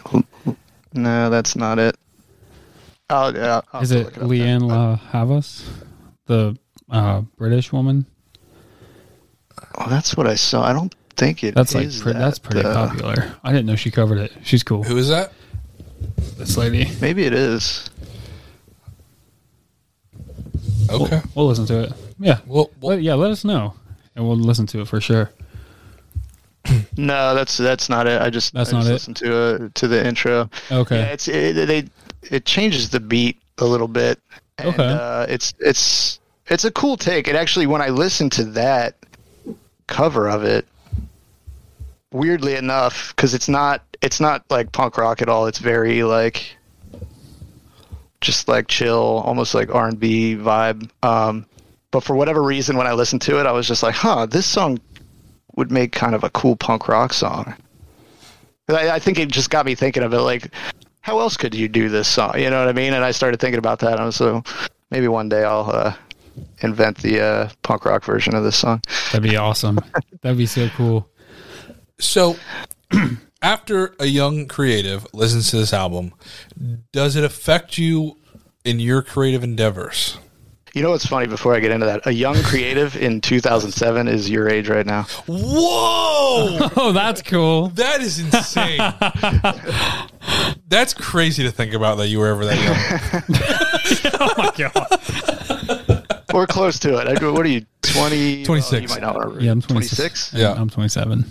E: no, that's not it. Oh, yeah. I'll
C: Is
E: have to
C: it
E: look up then.
C: Leanne La Havas, the uh, British woman?
E: Oh, that's what I saw. I don't think it
C: That's like
E: is
C: pre-
E: that,
C: that's pretty
E: uh,
C: popular. I didn't know she covered it. She's cool.
B: Who is that?
C: This lady.
E: Maybe it is.
B: Okay.
C: We'll listen to it. Yeah.
B: Well, well,
C: Let- yeah. Let us know, and we'll listen to it for sure.
E: No, that's that's not it. I just
C: That's
E: I just
C: not it.
E: listened to uh, to the intro. Yeah,
C: Okay.
E: it's it, they it changes the beat a little bit. And,
C: Okay.
E: Uh, it's it's it's a cool take. It actually, when I listened to that cover of it, weirdly enough, because it's not it's not like punk rock at all. It's very like just like chill, almost like R and B vibe. Um, but for whatever reason, when I listened to it, I was just like, huh, this song would make kind of a cool punk rock song. And I, I think it just got me thinking of it. Like, how else could you do this song? You know what I mean? And I started thinking about that. And I was so maybe one day I'll uh, invent the uh, punk rock version of this song.
C: That'd be awesome. That'd be so cool.
B: so after a young creative listens to this album, does it affect you in your creative endeavors?
E: You know what's funny? Before I get into that, a young creative in 2007 is your age right now.
B: Whoa!
C: Oh, that's cool.
B: That is insane. That's crazy to think about that you were ever that young.
E: or close to it. I go, what are you? 20,
B: 26.
E: you might not remember.
C: Yeah, I'm
E: 26.
C: 26.
B: Yeah.
C: I'm 27.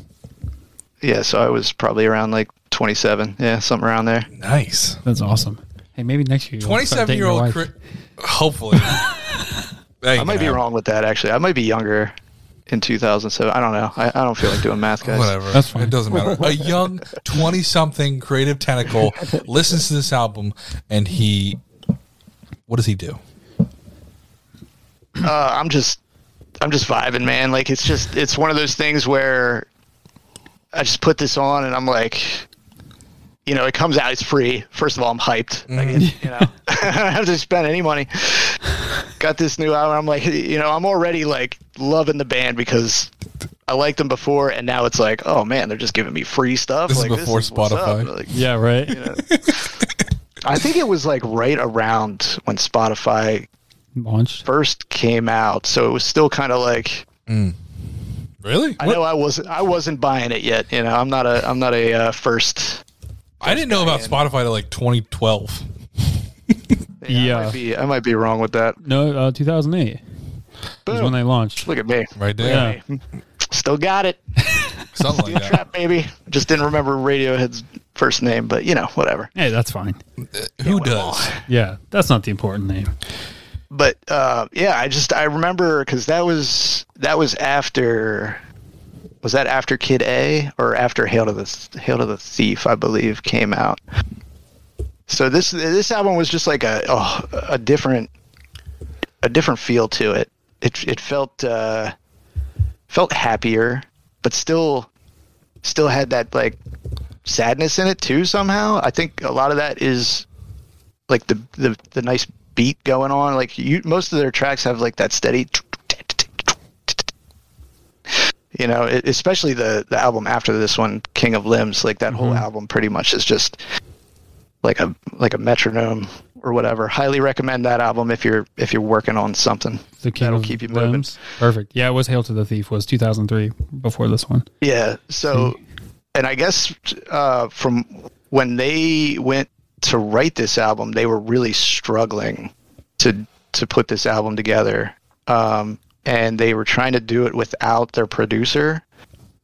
E: Yeah, so I was probably around like 27. Yeah, something around there.
B: Nice.
C: That's awesome. Hey, maybe next year. you'll
B: 27
C: start dating
B: year
C: your
B: old
C: wife.
B: cri- hopefully
E: I might be wrong with that actually. I might be younger in 2007. I don't know. I, I don't feel like doing math, guys.
B: whatever
C: That's fine.
B: it doesn't matter a young 20 something creative tentacle listens to this album and he what does he do
E: uh, I'm just I'm just vibing, man. Like it's just it's one of those things where I just put this on and I'm like, you know, it comes out, it's free. First of all, I'm hyped. Like, it's, you know, I don't have to spend any money. Got this new album. I'm like, you know, I'm already like loving the band because I liked them before, and now it's like, oh man, they're just giving me free stuff.
B: This is
E: like,
B: before
E: what's up.
B: Spotify.
E: Like,
C: Yeah. Right.
E: I think it was like right around when Spotify
C: Launched.
E: first came out, so it was still kind of like
B: really
E: I know I wasn't I wasn't buying it yet. You know, I'm not a I'm not a uh, first.
B: i didn't know about spotify till like 2012
E: I,
C: Yeah.
E: might be, I might be wrong with that.
C: No, uh, 2008 is
E: Boom.
C: when they launched.
E: Look at me,
B: right there
C: Yeah.
E: still got it.
B: something like that
E: Trap baby. Just didn't remember Radiohead's first name, but you know, whatever.
C: Hey, that's fine.
B: Who does?
C: Yeah, that's not the important name.
E: But uh, yeah, I just I remember because that was that was after was that after Kid A or after Hail to the Hail to the Thief, I believe, came out. So this this album was just like a oh, a different a different feel to it. It it felt uh, felt happier, but still still had that like sadness in it too somehow. I think a lot of that is like the the, the nice beat going on. Like you most of their tracks have like that steady you know, it, especially the the album after this one, King of Limbs, like that whole album pretty much is just like a like a metronome or whatever. Highly recommend that album if you're if you're working on something.
C: The King
E: That'll
C: of
E: keep you moving.
C: Limbs. Perfect. Yeah, it was Hail to the Thief was 2003 before this one.
E: Yeah. So, and I guess uh, from when they went to write this album, they were really struggling to to put this album together, um, and they were trying to do it without their producer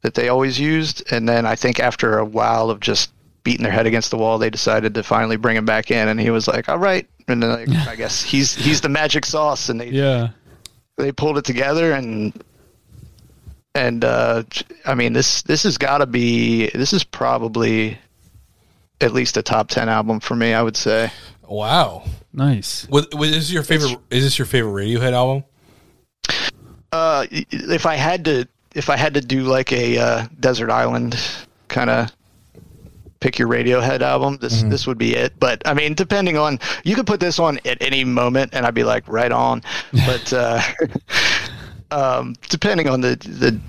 E: that they always used. And then I think after a while of just beating their head against the wall, they decided to finally bring him back in, and he was like, "All right." And then like, I guess he's he's the magic sauce, and they
C: Yeah.
E: they pulled it together and and uh i mean this this has got to be this is probably at least a top 10 album for me i would say
B: Wow.
C: Nice.
B: Was, was this your favorite? is this your favorite Radiohead album?
E: uh y- if i had to if i had to do like a uh, desert island kind of pick your radiohead album this this would be it but i mean depending on you could put this on at any moment and i'd be like right on but uh um depending on the the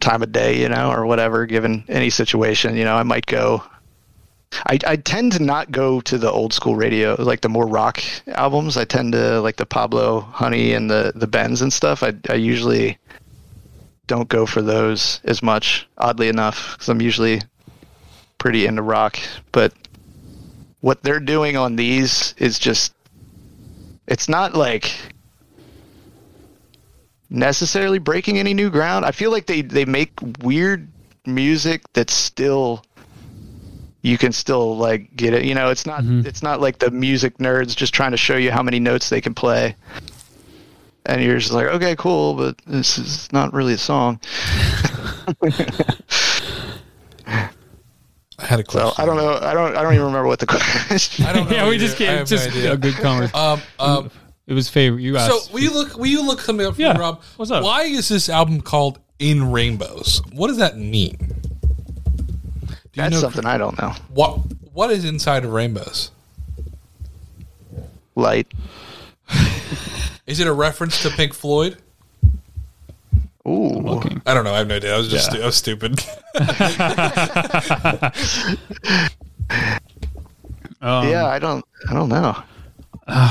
E: time of day you know or whatever given any situation you know i might go I, I tend to not go to the old school radio, like the more rock albums. I tend to like the Pablo Honey and the the Bends and stuff. I I usually don't go for those as much, oddly enough, because I'm usually pretty into rock. But what they're doing on these is just it's not like necessarily breaking any new ground. I feel like they they make weird music that's still you can still like get it. You know, it's not
C: Mm-hmm.
E: it's not like the music nerds just trying to show you how many notes they can play. And you're just like, okay, cool, but this is not really a song.
B: I had a
E: So
B: question.
E: I don't know. I don't. I don't even remember what the question.
B: I don't know
C: yeah, we
B: either.
C: just
B: I
C: gave
B: have
C: just
B: no idea.
C: a good comment.
B: Um, um,
C: it was favorite. You
B: so
C: asked.
B: will you look? Will you look something up for
C: Yeah.
B: me, Rob?
C: What's up?
B: Why is this album called "In Rainbows"? What does that mean? Do you
E: That's
B: know-
E: something I don't know.
B: What What is inside of rainbows?
E: Light.
B: Is it a reference to Pink Floyd?
E: Ooh.
C: looking.
B: I don't know. I have no idea. I was just stu- I was stupid.
C: Um,
E: Yeah, I don't. I don't know.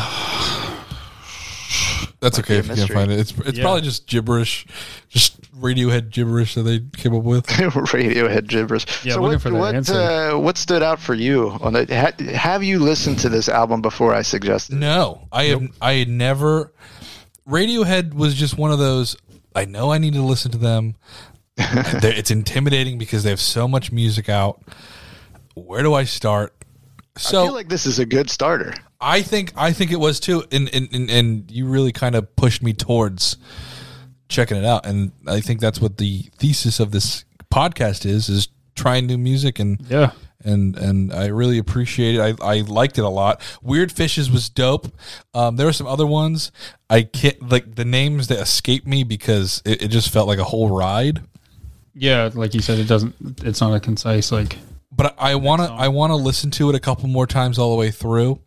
B: That's okay if you can't
E: mystery.
B: find it. It's it's
C: Yeah.
B: probably just gibberish, just Radiohead gibberish that they came up with.
E: Radiohead gibberish.
C: Yeah,
E: so
C: looking
E: what,
C: for that
E: what,
C: answer.
E: uh, what stood out for you on the? Ha, have you listened to this album before I suggested? it?
B: No, I have. I had never. Radiohead was just one of those. I know I need to listen to them. They're- it's intimidating because they have so much music out. Where do I start? So
E: I feel like this is a good starter.
B: I think I think it was too, and and and, and you really kind of pushed me towards checking it out, and I think that's what the thesis of this podcast is: is trying new music and
C: Yeah.
B: and and I really appreciate it. I, I liked it a lot. Weird Fishes was dope. Um, there were some other ones I can't like the names that escaped me because it, it just felt like a whole ride.
C: Yeah, like you said, it doesn't. It's not a concise like.
B: But I want to I want to listen to it a couple more times all the way through.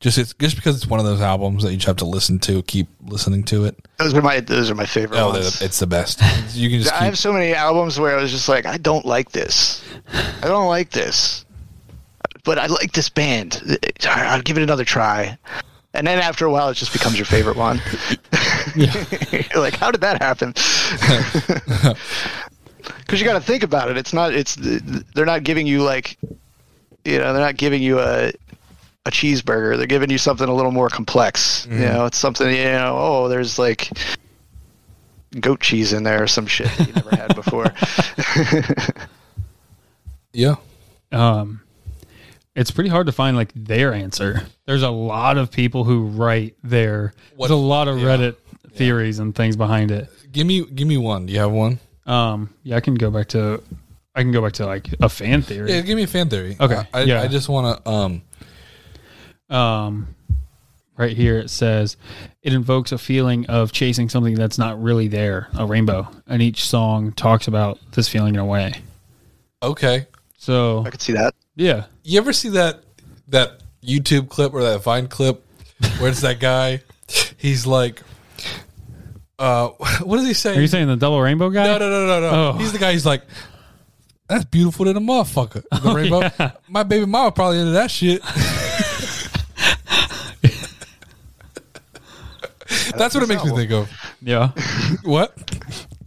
B: Just it's just because it's one of those albums that you just have to listen to, keep listening to it.
E: Those are my. Those are my favorite.
B: Oh,
E: ones.
B: they're the- it's the best. You can just
E: I have
B: keep,
E: so many albums where I was just like, I don't like this. I don't like this. But I like this band. All right, I'll give it another try. And then after a while, it just becomes your favorite one. You're like, how did that happen? Because you got to think about it. It's not. It's they're not giving you like, you know, they're not giving you a a cheeseburger. They're giving you something a little more complex. You
B: Mm-hmm.
E: know, it's something. You know, oh, there's like goat cheese in there or some shit that you never had before.
B: yeah.
C: Um, it's pretty hard to find like their answer. There's a lot of people who write their. There's a lot of Reddit theories and things behind it.
B: Give me give me one. Do you have one?
C: Um, yeah, I can go back to, I can go back to like a fan theory.
B: Yeah, give me a fan theory.
C: Okay,
B: I, I-
C: yeah.
B: I just want to. Um,
C: um, right here it says it invokes a feeling of chasing something that's not really there, a rainbow, and each song talks about this feeling in a way.
B: okay.
C: So
E: I could see that.
C: yeah,
B: You ever see that that YouTube clip or that Vine clip where it's that guy? He's like, uh, what does he say?
C: are you saying the double rainbow guy?
B: No, no, no, no, no.
C: Oh.
B: He's the guy. He's like, that's beautiful than a motherfucker. The
C: Oh,
B: rainbow. My baby mama probably into that shit. that's what it makes me think of.
C: Yeah,
B: What?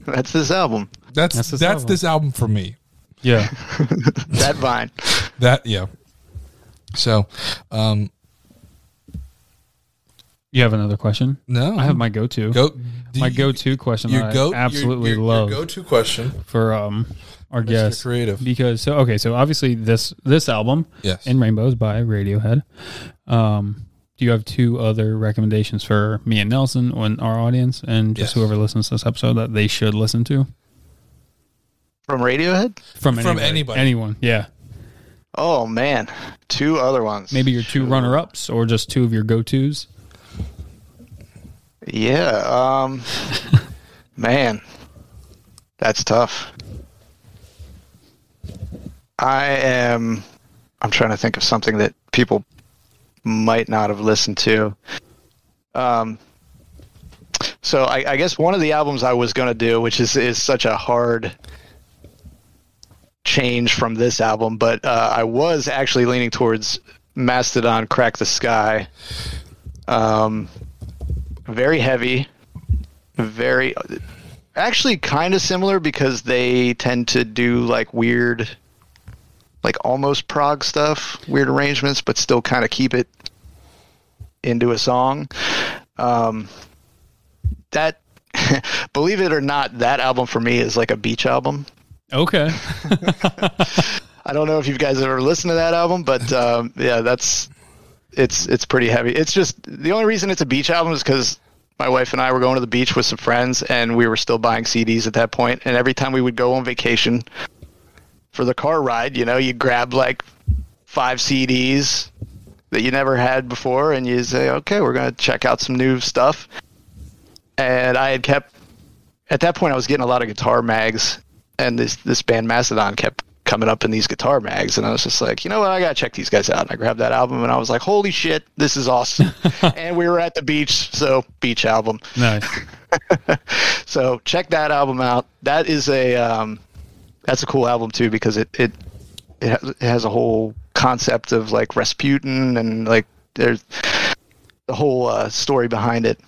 E: That's this album.
B: That's that's
C: That's
B: this,
C: this album.
B: album for me.
C: yeah.
E: That vine.
B: That yeah. So, um,
C: You have another question?
B: no,
C: I have my go-to.
B: go. do
C: my
B: you-
C: go-to question.
B: Your
C: that
B: go.
C: I absolutely
B: your, your,
C: love
B: Your go-to question.
C: for um our
B: Mr.
C: guests
B: Creative.
C: because so okay so obviously this this album
B: Yes.
C: in rainbows by radiohead um do you have two other recommendations for me and nelson and our audience and just
B: Yes.
C: whoever listens to this episode that they should listen to
E: From Radiohead?
C: from
B: From
C: anybody,
B: anybody.
C: anyone yeah
E: Oh, man. Two other ones.
C: maybe your two runner-ups or just two of your go-to's
E: Yeah. Um, man, that's tough. I am. I'm trying to think of something that people might not have listened to. Um, so I, I guess one of the albums I was going to do, which is is such a hard change from this album, but uh, I was actually leaning towards Mastodon, Crack the Sky. Um, very heavy very actually kind of similar because they tend to do like weird like almost prog stuff weird arrangements but still kind of keep it into a song um that believe it or not that album for me is like a beach album
C: okay
E: I don't know if you guys ever listened to that album, but um, yeah, that's it's it's pretty heavy. It's just the only reason it's a beach album is because my wife and I were going to the beach with some friends, and we were still buying CDs at that point. And every time we would go on vacation for the car ride, you know, you grab like five CDs that you never had before, and you say, "Okay, we're gonna check out some new stuff." And I had kept at that point I was getting a lot of guitar mags and this this band Mastodon kept coming up in these guitar mags and I was just like, you know what, I gotta check these guys out. And I grabbed that album and I was like, Holy shit, this is awesome. and we were at the beach, so beach album.
C: nice
E: So check that album out. That is a um, that's a cool album too because it it it, ha- it has a whole concept of like Rasputin and like there's the whole uh, story behind it,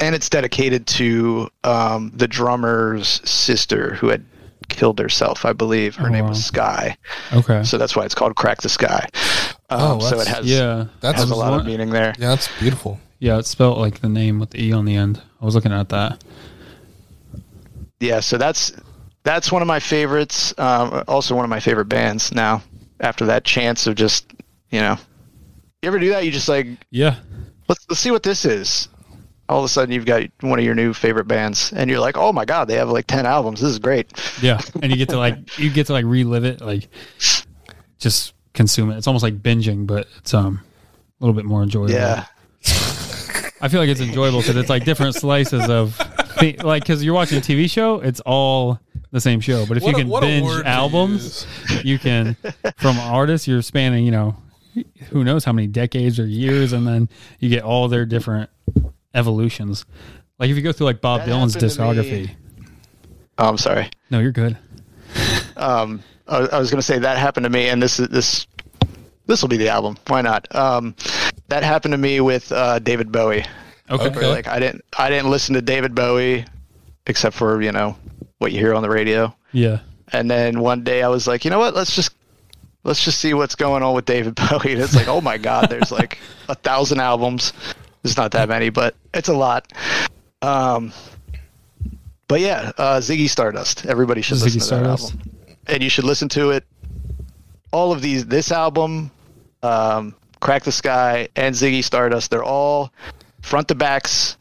E: and it's dedicated to um, the drummer's sister who had killed herself, I believe. Her
C: Oh,
E: name
C: wow.
E: was Sky,
C: okay
E: so that's why it's called Crack the Sky.
B: Oh,
E: Um, so it
B: that's-
E: has
C: yeah
B: That's
E: has a lot of
C: one-
E: meaning there.
B: Yeah, that's beautiful.
C: yeah it's spelled like the name with the e on the end i was looking at that
E: yeah so that's that's one of my favorites um, also one of my favorite bands now after that chance of just you know you ever do that you just like
C: yeah
E: let's, let's see what this is all of a sudden you've got one of your new favorite bands and you're like oh my god they have like 10 albums this is great
C: Yeah, and you get to like you get to like relive it, like just consume it. It's almost like binging, but it's um a little bit more enjoyable.
E: yeah
C: I feel like it's enjoyable because it's like different slices of thi- like because you're watching a TV show, it's all the same show. But if you
B: What a-
C: can
B: what a word
C: binge
B: to
C: albums, you can from artists you're spanning, you know, who knows how many decades or years, and then you get all their different evolutions. Like if you go through like Bob
E: That
C: Dylan's
E: happened to me.
C: discography.
E: oh, i'm sorry
C: No, you're good.
E: um, I, I was going to say that happened to me, and this is this this will be the album. Why not? Um, that happened to me with uh, David Bowie.
C: Okay.
E: Where, like I didn't I didn't listen to David Bowie except for you know what you hear on the radio,
C: Yeah.
E: and then one day I was like, you know what? Let's just let's just see what's going on with David Bowie. And it's like, oh my god, there's like a thousand albums. It's not that many, but it's a lot. Um, but yeah, uh, Ziggy Stardust. Everybody should
C: Ziggy
E: listen to
C: Stardust.
E: that album, and you should listen to it. All of these, this album, um, Crack the Sky, and Ziggy Stardust. They're all front to backs,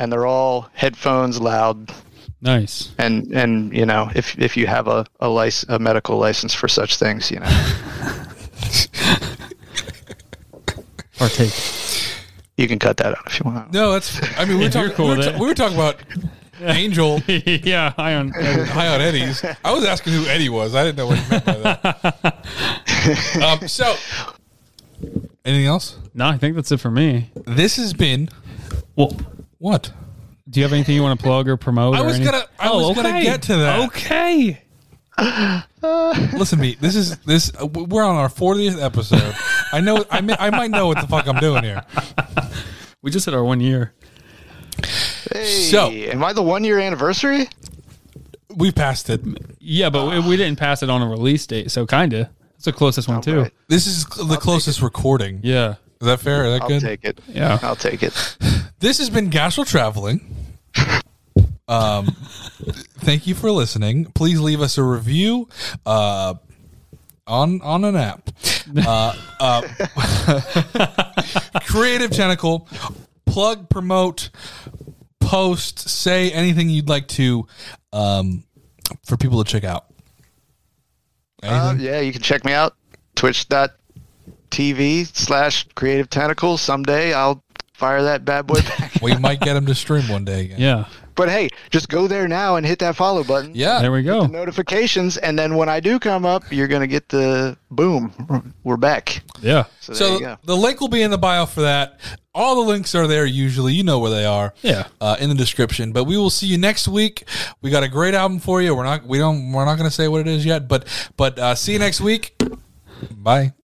E: and they're all headphones loud.
C: Nice.
E: And and you know if if you have a a, lic- a medical license for such things, you know
C: Partake.
E: you can cut that out if you want.
B: No, that's. I mean, we were
C: If you're
B: talking.
C: cool
B: we, were
C: with
B: ta-
C: it.
B: we were talking about Angel
C: yeah, I on
B: high on Eddie's. I was asking who Eddie was. I didn't know what he meant by that. um, so, anything else?
C: No, I think that's it for me.
B: This has been
C: Well,
B: what?
C: do you have anything you want to plug or promote?
B: I
C: or
B: was
C: anything?
B: gonna- I was gonna get to that.
C: Oh, Okay.
B: Listen to me. This is this. uh, We're on our 40th episode. I know. I may, I might know what the fuck I'm doing here.
C: We just hit our one year.
E: Hey,
B: So-
E: am I the one year anniversary?
B: We passed it.
C: Yeah, but we, we didn't pass it on a release date, so kinda. It's the closest one too.
E: right.
B: This is the closest recording.
C: Yeah.
B: Is that fair? Is that
E: I'll
B: good?
E: take it.
C: Yeah.
E: I'll take it.
B: This has been Gastro Traveling. Um, thank you for listening. Please leave us a review uh, on on an app. Uh, uh, Creative Tentacle. Plug, promote, post, say anything you'd like to um, for people to check out.
E: Uh,
B: Anything?
E: yeah, you can check me out. Twitch.tv slash creative tentacles. Someday I'll fire that bad boy back.
B: we might get him to stream one day again.
C: Yeah.
E: but hey, just go there now and hit that follow button.
B: Yeah.
C: There we go.
E: Notifications, and then when I do come up, you're gonna get the boom. We're back.
C: Yeah.
E: So, there
B: So
E: you go.
B: the link will be in the bio for that. All the links are there usually. You know where they are.
C: Yeah.
B: Uh, in the description. But we will see you next week. We got a great album for you. We're not we don't we're not going to say what it is yet, but but uh, see you next week. Bye.